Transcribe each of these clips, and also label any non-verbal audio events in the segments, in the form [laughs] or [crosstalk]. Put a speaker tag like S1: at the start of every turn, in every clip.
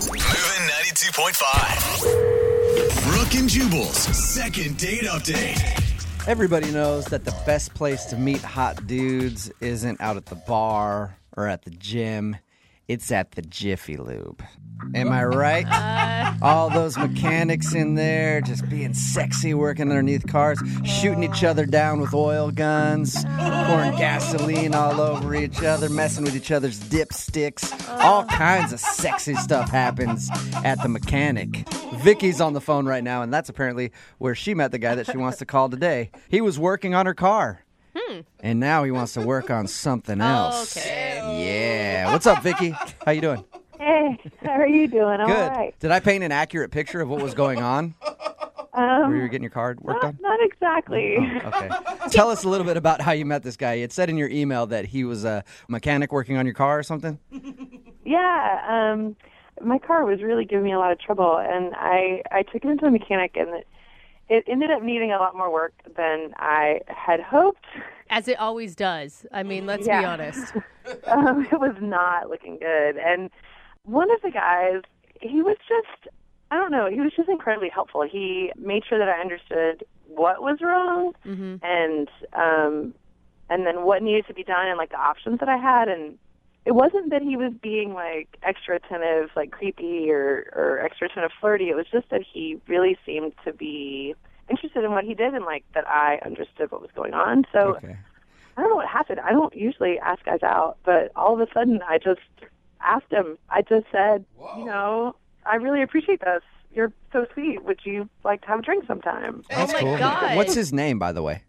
S1: Moving 92.5. Brooke and Jubal's second date update.
S2: Everybody knows that the best place to meet hot dudes isn't out at the bar or at the gym. It's at the Jiffy Lube. Am I right? All those mechanics in there just being sexy, working underneath cars, shooting each other down with oil guns, pouring gasoline all over each other, messing with each other's dipsticks. All kinds of sexy stuff happens at the mechanic. Vicky's on the phone right now, and that's apparently where she met the guy that she wants to call today. He was working on her car. And now he wants to work on something else. Yeah. What's up, Vicky? How you doing?
S3: Hey, how are you doing?
S2: Good.
S3: All right.
S2: Did I paint an accurate picture of what was going
S4: [laughs]
S2: on? Were you Oh.
S3: Um,
S2: getting your card worked
S3: not,
S2: on?
S3: not exactly.
S2: Okay. Tell us a little bit about how you met this guy. It said in your email that he was a mechanic working on your car or something.
S3: [laughs] yeah, um, my car was really giving me a lot of trouble, and I I took it into the mechanic, and it, it ended up needing a lot more work than I had hoped. [laughs]
S4: As it always does. I mean, let's be
S3: Yeah. [laughs]
S4: honest.
S3: Um, it was not looking good, and one of the guys, he was just I don't know, he was just incredibly helpful. He made sure that I understood what was wrong,
S4: hmm
S3: and um and then what needed to be done and like the options that I had and it wasn't that he was being like extra attentive, like creepy or or extra attentive flirty. It was just that he really seemed to be interested in what he did and like that I understood what was going on.
S4: Oh.
S3: So
S2: Okay.
S3: I don't know what happened. I don't usually ask guys out, but all of a sudden I just asked him. I just said, you know, I really appreciate this. You're so sweet. Would you like to have a drink sometime?
S2: That's
S4: oh my
S2: cool.
S4: God.
S2: What's his name, by the way?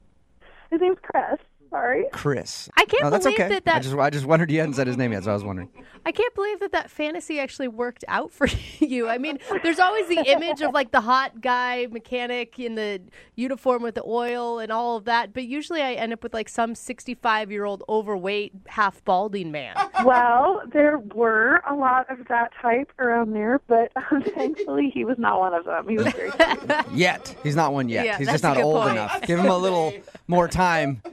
S3: His name's Chris. Sorry.
S2: Chris.
S4: I can't
S2: No, that's
S4: believe
S2: okay.
S4: that that
S2: I just I just wondered you hadn't said his name yet, so I was wondering.
S4: I can't believe that that fantasy actually worked out for [laughs] you. I mean, there's always the image of like the hot guy mechanic in the uniform with the oil and all of that, but usually I end up with like some 65 year old overweight, half
S3: [laughs]
S4: balding man.
S3: Well, there were a lot of that type around there, but [laughs] um, thankfully he was not one of them. He was very sweet.
S2: Yet. He's not one yet.
S4: Yeah,
S2: He's just
S4: that's
S2: not
S4: a good
S2: old
S4: point.
S2: enough. Give him a little more time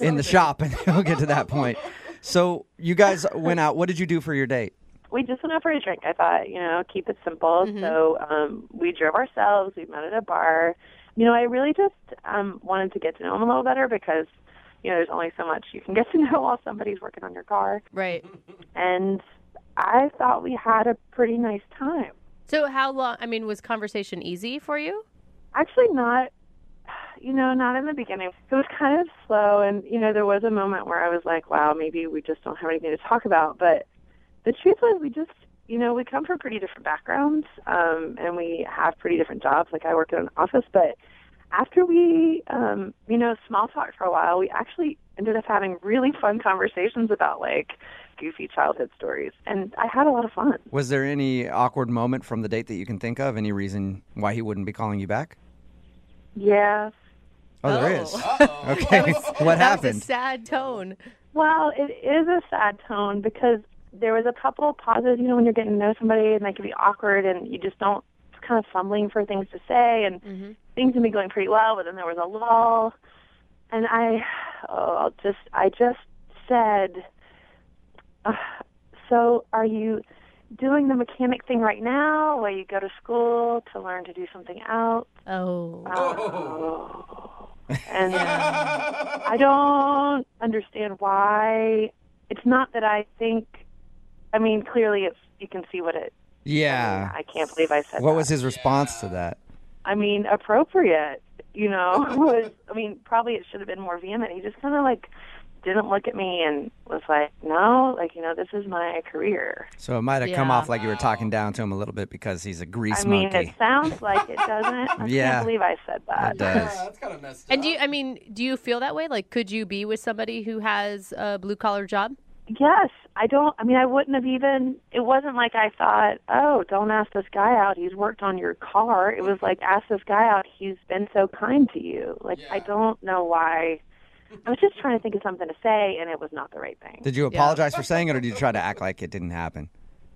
S2: in the shop and [laughs] he'll get to that point. So you guys went out. What did you do for your date?
S3: we just went out for a drink. I thought, you know, keep it simple. So um, we drove ourselves. We met at a bar. You know, I really just um, wanted to get to know him a little better because, you know, there's only so much you can get to [laughs] know while somebody's working on your car.
S4: Right.
S3: And I thought we had a pretty nice time.
S4: So, how long? I mean, was conversation easy for you?
S3: Actually, not. You know, not in the beginning. It was kind of slow, and you know, there was a moment where I was like, "Wow, maybe we just don't have anything to talk about." But the truth was, we just, you know, we come from pretty different backgrounds, um, and we have pretty different jobs. Like I work in an office, but after we, um, you know, small talk for a while, we actually ended up having really fun conversations about like goofy childhood stories, and I had a lot of fun.
S2: Was there any awkward moment from the date that you can think of? Any reason why he wouldn't be calling you back?
S3: Yeah,
S2: Oh, there
S4: Oh.
S2: is. [laughs] Okay. what
S4: that was
S2: happened?
S4: a sad tone.
S3: Well, it is a sad tone because there was a couple of pauses, you know, when you're getting to know somebody and they can be awkward and you just don't, it's kind of fumbling for things to say and things can be going pretty well, but then there was a lull. And I, oh, I'll just, I just said, "Ugh, so are you doing the mechanic thing right now where you go to school to learn to do something else?
S4: Oh.
S3: Oh. and uh,
S2: [laughs]
S3: I don't understand why. It's not that I think. I mean, clearly, it's you can see what it.
S2: Yeah.
S3: I can't believe I said.
S2: What
S3: that.
S2: was his response to that?
S3: I mean, appropriate. You know, [laughs] was I mean, probably it should have been more vehement. He just kind of like didn't look at me and was like, "No, like you know, this is my career."
S2: So it might have come
S4: Yeah.
S2: off like you were talking down to him a little bit because he's a grease
S3: I mean,
S2: monkey.
S3: it sounds like it doesn't.
S2: [laughs]
S3: I
S2: Yeah.
S3: can't believe I said
S2: That
S4: uh,
S3: that.
S4: [laughs]
S2: does.
S4: And do you, I mean, do you feel that way? Like, could you be with somebody who has a blue collar job?
S3: Yes, I don't. I mean, I wouldn't have even. It wasn't like I thought, oh, don't ask this guy out. He's worked on your car. It was like, ask this guy out. He's been so kind to you. Like, I don't know why. I was just trying to think of something to say, and it was not the right thing.
S2: Did you apologize for saying it or did you try to act like it didn't happen?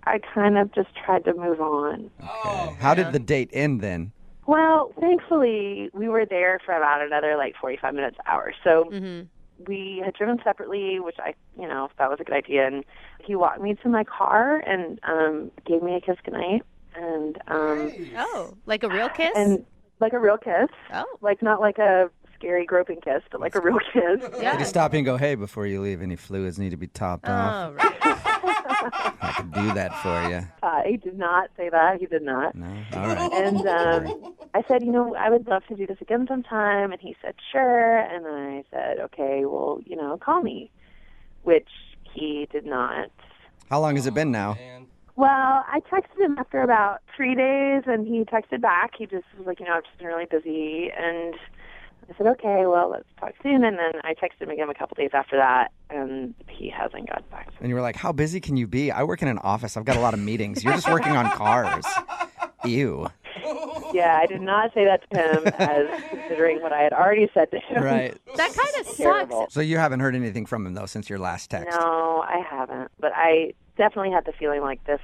S3: I kind of just tried to move on.
S4: Oh,
S2: Okay. How did the date end then?
S4: Mm-hmm.
S3: Well, thankfully, we were there for about another like 45 minutes, hour. So we had driven separately, which I, you know, that was a good idea. And he walked me to my car and um, gave me a kiss goodnight. And um,
S4: Oh, like a real kiss?
S3: and like a real kiss,
S4: oh,
S3: like not like a scary groping kiss, but like a real kiss.
S2: Did
S4: yeah.
S3: [laughs]
S2: he stop you and go, hey, before you leave, any fluids need to be topped off?
S4: Oh,
S2: [laughs]
S4: right. Oh.
S2: I could do that for you.
S3: Uh, he did not say that. He did not.
S2: No? All
S4: [laughs]
S2: right.
S3: And um, I said, you know, I would love to do this again sometime. And he said, sure. And I said, okay, well, you know, call me, which he did not.
S2: How long has it been now?
S3: Well, I texted him after about three days, and he texted back. He just was like, you know, I've just been really busy. And I said, okay, well, let's talk soon. And then I texted him again a couple days after that, and he hasn't gotten back to me.
S2: And you were like, how busy can you be? I work in an office. I've got a lot of meetings. You're just working on cars. Ew.
S3: Yeah, I did not say that to him, as considering what I had already said to him.
S2: Right.
S4: that kind of
S3: [laughs]
S4: sucks.
S3: Terrible.
S2: So you haven't heard anything from him, though, since your last text.
S3: No, I haven't. But I definitely had the feeling like this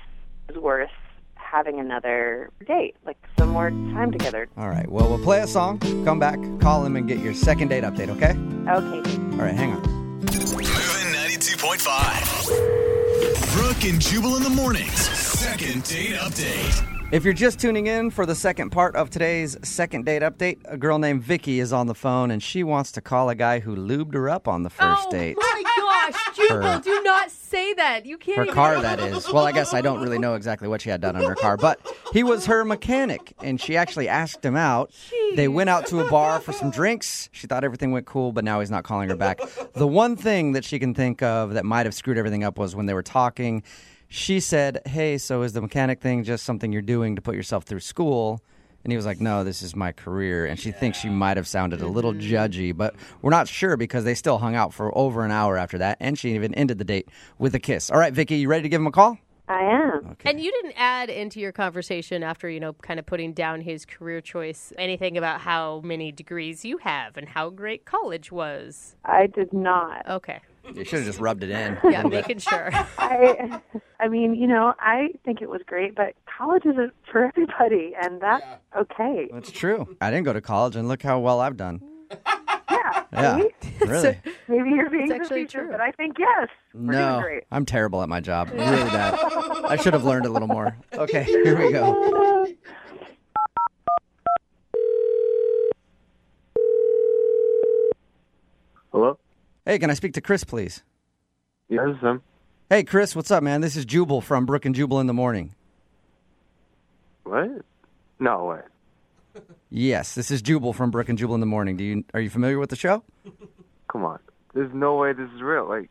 S3: is worth having another date, like some more time together.
S2: All right. Well, we'll play a song, come back, call him, and get your second date update, okay?
S3: Okay.
S2: All right, hang on.
S1: Moving 92.5. Brooke and Jubal in the mornings. Second date update.
S2: If you're just tuning in for the second part of today's second date update, a girl named Vicky is on the phone and she wants to call a guy who lubed her up on the first
S4: oh
S2: date.
S4: my gosh, Jubal,
S2: Her-
S4: do not say that. You can't.
S2: Her
S4: even-
S2: car, that is. Well, I guess I don't really know exactly what she had done on her car, but he was her mechanic, and she actually asked him out. They went out to a bar for some drinks. She thought everything went cool, but now he's not calling her back. The one thing that she can think of that might have screwed everything up was when they were talking. She said, Hey, so is the mechanic thing just something you're doing to put yourself through school? And he was like, No, this is my career. And she thinks she might have sounded a little judgy, but we're not sure because they still hung out for over an hour after that. And she even ended the date with a kiss. All right, Vicky, you ready to give him a call?
S3: I am.
S4: And you didn't add into your conversation after, you know, kind of putting down his career choice anything about how many degrees you have and how great college was.
S3: I did not.
S4: Okay.
S2: You should have just rubbed it in.
S4: Yeah,
S2: [laughs]
S4: making sure.
S3: I I mean, you know, I think it was great, but college isn't for everybody and that's okay.
S2: That's true. I didn't go to college, and look how well I've done. Yeah. Really?
S3: Maybe you're being
S4: It's actually
S3: facetious,
S4: true.
S3: but I think yes. We're doing
S2: no.
S3: great.
S2: I'm terrible at my
S3: [laughs]
S2: job. I'm really bad. I should have learned a little more. Okay, here we go.
S5: Hello?
S2: Hey, can I speak to Chris, please?
S5: Yeah, this is him.
S2: Hey, Chris, what's up, man? This is Jubal from Brook and Jubal in the Morning.
S5: What? No way.
S2: Yes, this is Jubal from Brook and Jubal in the Morning. Do you are you familiar with the show?
S5: Come on. There's no way this is real. Like,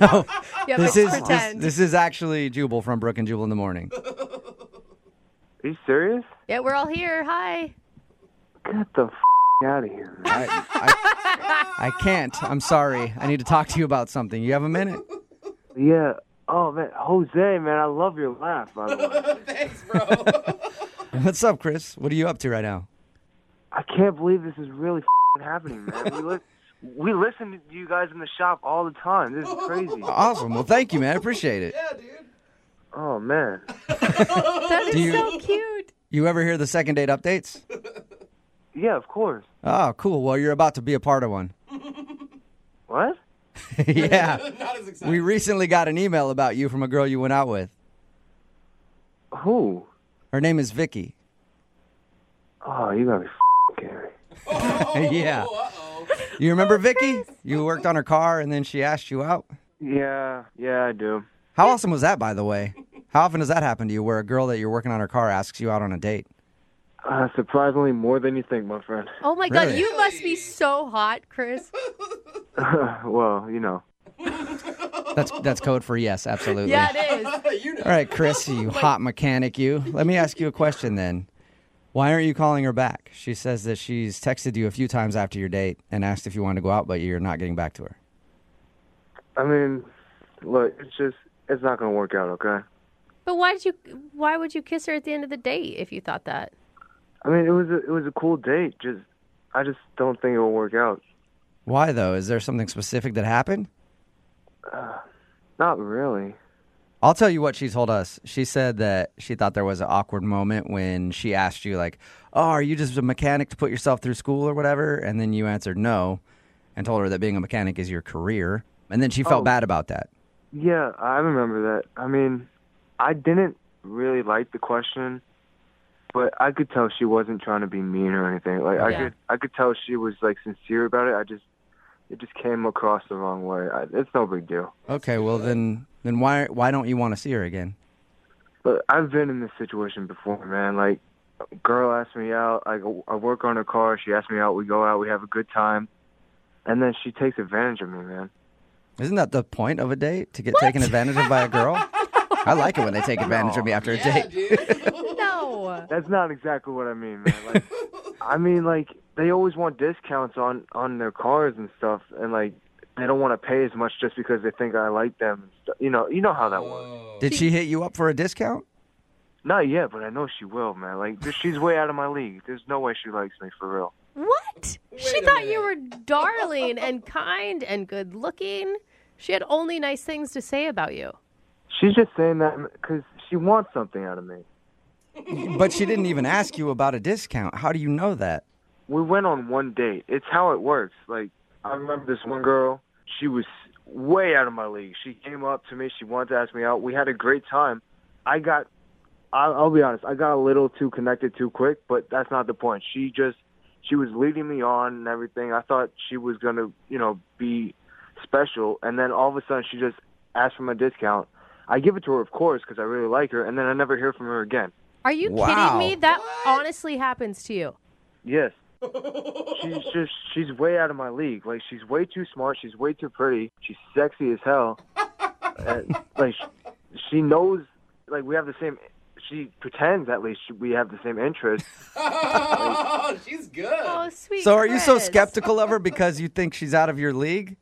S4: Yeah,
S2: this
S4: but
S2: is this,
S4: pretend.
S2: this is actually Jubal from Brook and Jubal in the Morning.
S5: are you serious?
S4: Yeah, we're all here. Hi.
S5: Get the f- out of here, man.
S2: I, I, I can't. I'm sorry. I need to talk to you about something. You have a minute? [laughs]
S5: Yeah. Oh, man. Jose, man, I love your laugh, by the way.
S2: What's up, Chris? What are you up to right now?
S5: I can't believe this is really f- happening, man. We, li- we listen to you guys in the shop all the time. This is crazy.
S2: Awesome. Well, thank you, man. I appreciate it.
S5: Oh, man.
S4: That is
S2: Do you-
S4: so cute.
S2: You ever hear the second date updates?
S5: Yeah, of course.
S2: Oh, cool. Well, you're about to be a part of one. [laughs]
S5: What?
S2: yeah. We recently got an email about you from a girl you went out with.
S5: Who?
S2: Her name is Vicky.
S5: Oh, you gotta be f- kidding me.
S2: [laughs] yeah. You remember Vicky? You worked on her car and then she asked you out.
S5: Yeah, yeah, I do.
S2: How awesome was that, by the way? How often does that happen to you where a girl that you're working on her car asks you out on a date?
S5: Uh, surprisingly, more than you think, my friend. [laughs]
S4: Oh my god,
S2: Really?
S4: you must be so hot, Chris.
S5: well, you know.
S2: That's that's code for yes, absolutely.
S4: Yeah,
S2: [laughs]
S4: it is.
S2: All right, Chris, you hot mechanic, you. Let me ask you a question then. Why aren't you calling her back? She says that she's texted you a few times after your date and asked if you wanted to go out, but you're not getting back to her.
S5: I mean, look, it's just it's not gonna work out, okay?
S4: But why did you why would you kiss her at the end of the date if you thought that?
S5: I mean, it was a, it was a cool date. Just I just don't think it will work out.
S2: Why though? Is there something specific that happened?
S5: Not really.
S2: I'll tell you what she told us. She said that she thought there was an awkward moment when she asked you, like, "Oh, are you just a mechanic to put yourself through school or whatever?" And then you answered no, and told her that being a mechanic is your career. And then she felt
S5: Oh.
S2: bad about that.
S5: Yeah, I remember that. I mean, I didn't really like the question, but I could tell she wasn't trying to be mean or anything. Like I
S4: Yeah.
S5: could, I could tell she was like sincere about it. I just, it just came across the wrong way. I, it's no big deal.
S2: Okay, well then then why why don't you want to see her again?
S5: But I've been in this situation before, man. Like, a girl asked me out. I, go- I work on her car. She asked me out. We go out. We have a good time, and then she takes advantage of me, man.
S2: Isn't that the point of a date to get taken advantage of by a girl? I like it when they take advantage of me after a date.
S6: [laughs]
S4: No.
S5: That's not exactly what I mean, man. Like, I mean, like they always want discounts on on their cars and stuff, and like they don't want to pay as much just because they think I like them. And stuff. You know, you know how that works.
S2: Did she hit you up for a discount?
S5: Not yet, but I know she will, man. Like th- she's way out of my league. There's no way she likes me for real.
S4: What? she thought you were darling and kind and good looking. She had only nice things to say about you.
S5: She's just saying that because she wants something out of me.
S2: But she didn't even ask you about a discount. How do you know that?
S5: we went on one date. It's how it works. Like I remember this one girl. She was way out of my league. She came up to me. She wanted to ask me out. We had a great time. I got. I'll, I'll be honest. I got a little too connected too quick, but that's not the point. She just. She was leading me on and everything. I thought she was gonna, you know, be special, and then all of a sudden she just asked for my discount. I give it to her, of course, because I really like her, and then I never hear from her again.
S4: Are you
S2: Wow.
S4: kidding me? That honestly happens to you.
S5: Yes. she's just she's way out of my league. Like she's way too smart. She's way too pretty. She's sexy as hell. And, like she, she knows. Like we have the same. She pretends at least she, we have the same interests.
S6: She's good.
S4: Oh, sweet.
S2: So are you so
S4: Chris.
S2: skeptical of her because you think she's out of your league?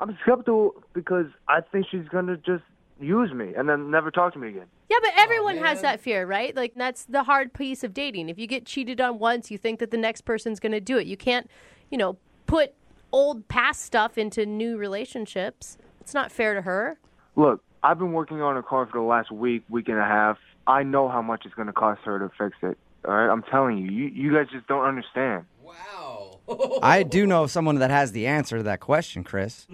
S5: I'm skeptical because I think she's gonna just use me and then never talk to me again.
S4: Yeah, but everyone has that fear, right? Like that's the hard piece of dating. If you get cheated on once, you think that the next person's going to do it. You can't, you know, put old past stuff into new relationships. It's not fair to her.
S5: Look, I've been working on her car for the last week, week and a half. I know how much it's gonna cost her to fix it. All right, I'm telling you. You you guys just don't understand.
S6: Wow.
S2: I do know someone that has the answer to that question, Chris.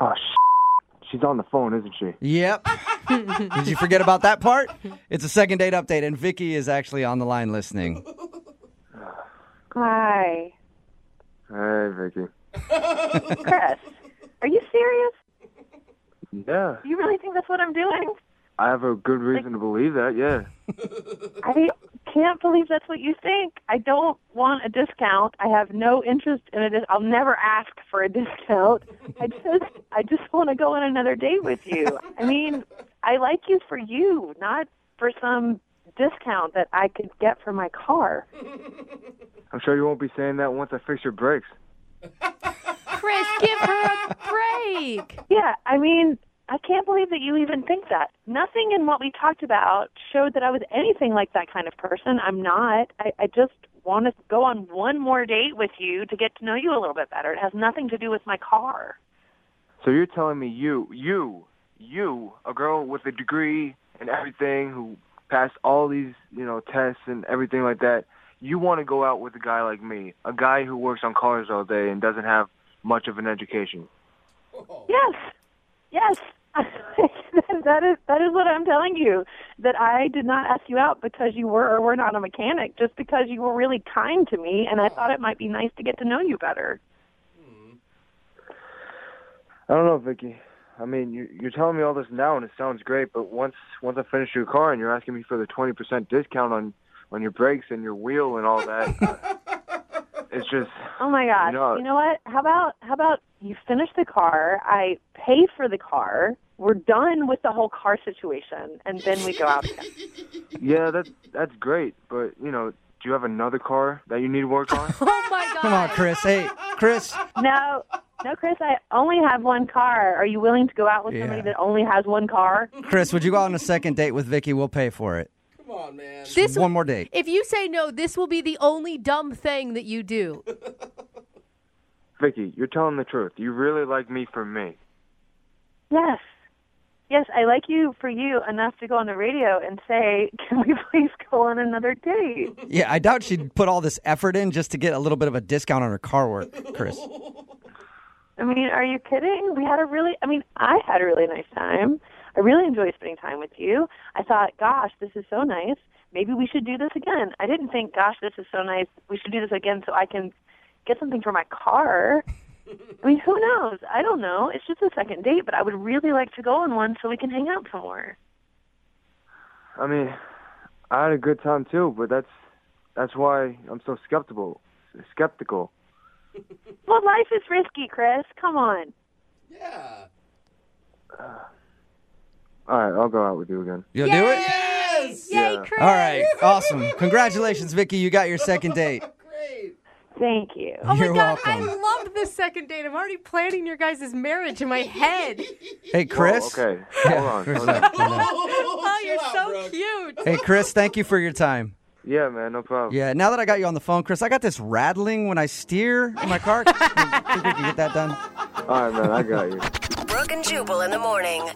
S5: Oh, she's on the phone, isn't she?
S2: Yep. Did you forget about that part? It's a second date update, and Vicky is actually on the line listening.
S3: Hi,
S5: Hey, Vicky.
S3: Chris. Are you serious?
S5: Yeah,
S3: Do you really think that's what I'm doing?
S5: I have a good reason to believe that. Yeah,
S3: I can't believe that's what you think. I don't want a discount. I have no interest in it. I'll never ask for a discount. I just I just want to go on another date with you. I mean, I like you for you, not for some discount that I could get for my car.
S5: I'm sure you won't be saying that once I fix your brakes.
S4: Chris, give her a break.
S3: Yeah, I mean, I can't believe that you even think that. Nothing in what we talked about showed that I was anything like that kind of person. I'm not. I, I just want to go on one more date with you to get to know you a little bit better. It has nothing to do with my car.
S5: So you're telling me you, you, you, a girl with a degree and everything who passed all these, you know, tests and everything like that, you want to go out with a guy like me, a guy who works on cars all day and doesn't have much of an education.
S3: Yes, yes. [laughs] that is that is what I'm telling you. That I did not ask you out because you were or were not a mechanic. Just because you were really kind to me, and I thought it might be nice to get to know you better.
S5: I don't know, Vicky. I mean, you, you're telling me all this now, and it sounds great. But once once I finish your car, and you're asking me for the twenty percent discount on on your brakes and your wheel and all that, uh, it's just
S3: Oh my gosh.
S5: You know-
S3: you know what? How about how about you finish the car, I pay for the car, we're done with the whole car situation and then we go out again.
S5: yeah, that's that's great. But you know, do you have another car that you need to work on?
S4: Oh my god.
S2: Come on, Chris. Hey, Chris.
S3: No no Chris, I only have one car. Are you willing to go out with somebody
S2: Yeah.
S3: that only has one car?
S2: Chris, would you go on a second date with Vicky? We'll pay for it.
S6: Come on, man.
S4: This
S2: One more date.
S4: If you say no, this will be the only dumb thing that you [laughs] do.
S5: Vicky, you're telling the truth. You really like me for me.
S3: Yes. yes, I like you for you enough to go on the radio and say, can we please go on another date?
S2: Yeah, I doubt she'd put all this effort in just to get a little bit of a discount on her car work, Chris.
S3: I mean, are you kidding? We had a really, I mean, I had a really nice time. I really enjoyed spending time with you. I thought, gosh, this is so nice. Maybe we should do this again. I didn't think, gosh, this is so nice. We should do this again so I can get something for my car. I mean, who knows? I don't know. It's just a second date, but I would really like to go on one so we can hang out some more.
S5: I mean, I had a good time too, but that's that's why I'm so skeptical. Skeptical.
S3: Well, life is risky, Chris. Come on.
S6: Yeah.
S5: All right, I'll go out with you again.
S2: You'll do it?
S6: Yes.
S4: Yay,
S5: Yeah.
S4: Chris!
S2: All right, awesome. Congratulations, Vicky. You got your second date.
S6: Great.
S3: Thank you.
S4: [laughs] Oh my
S2: You're
S4: god,
S2: welcome.
S4: I loved this second date. I'm already planning your guys' marriage
S2: [laughs]
S4: in my head.
S2: Hey, Chris.
S5: Whoa, okay, hold on.
S2: Chris,
S5: Hold on.
S4: Oh, you're
S6: Chill out,
S4: so
S6: Brooke.
S4: cute.
S2: Hey, Chris, thank you for your time.
S5: Yeah, man, no problem.
S2: Yeah, now that I got you on the phone, Chris, I got this rattling when I steer in my car. [laughs] Think we can get that done?
S5: All right, man, I got you.
S7: Brooke and Jubal in the morning.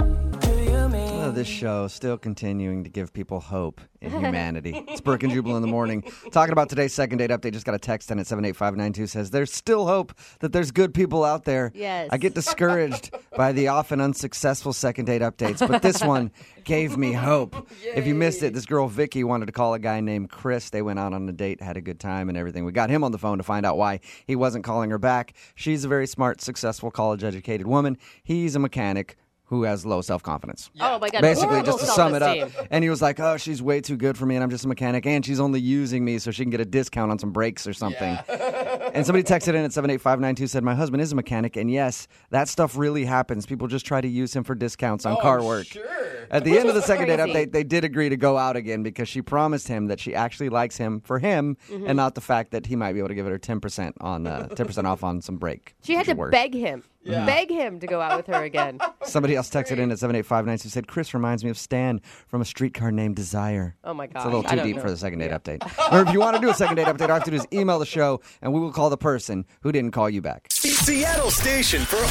S2: Oh, this show still continuing to give people hope in humanity. it's Brooke and Jubal in the morning. Talking about today's second date update. Just got a text in at 78592 says, There's still hope that there's good people out there.
S4: Yes.
S2: I get discouraged by the often unsuccessful second date updates, but this one gave me hope. If you missed it, this girl Vicky wanted to call a guy named Chris. They went out on a date, had a good time and everything. We got him on the phone to find out why he wasn't calling her back. She's a very smart, successful, college educated woman. He's a mechanic who has low self confidence
S4: Oh my god.
S2: basically
S4: horrible
S2: just to sum it up
S4: self-esteem.
S2: and he was like oh she's way too good for me and i'm just a mechanic and she's only using me so she can get a discount on some brakes or something
S4: [laughs]
S2: and somebody texted in at 78592 said my husband is a mechanic and yes that stuff really happens people just try to use him for discounts
S4: Oh,
S2: on car work
S6: Sure.
S2: at the end of the second date
S4: crazy.
S2: update, they did agree to go out again because she promised him that she actually likes him for him
S4: Mm-hmm.
S2: and not the fact that he might be able to give her 10% on uh, 10% off on some brake.
S4: She had to
S2: work.
S4: beg him. Beg him to go out with
S2: [laughs]
S4: her again.
S2: Somebody else texted in at 78592 said, Chris reminds me of Stan from a streetcar named Desire.
S4: Oh my
S2: It's
S4: gosh.
S2: a little
S4: I
S2: too
S4: don't
S2: deep
S4: know.
S2: for the second date update. or if you want to do a second date update, all I have to do is email the show and we will call the person who didn't call you back.
S1: Seattle station for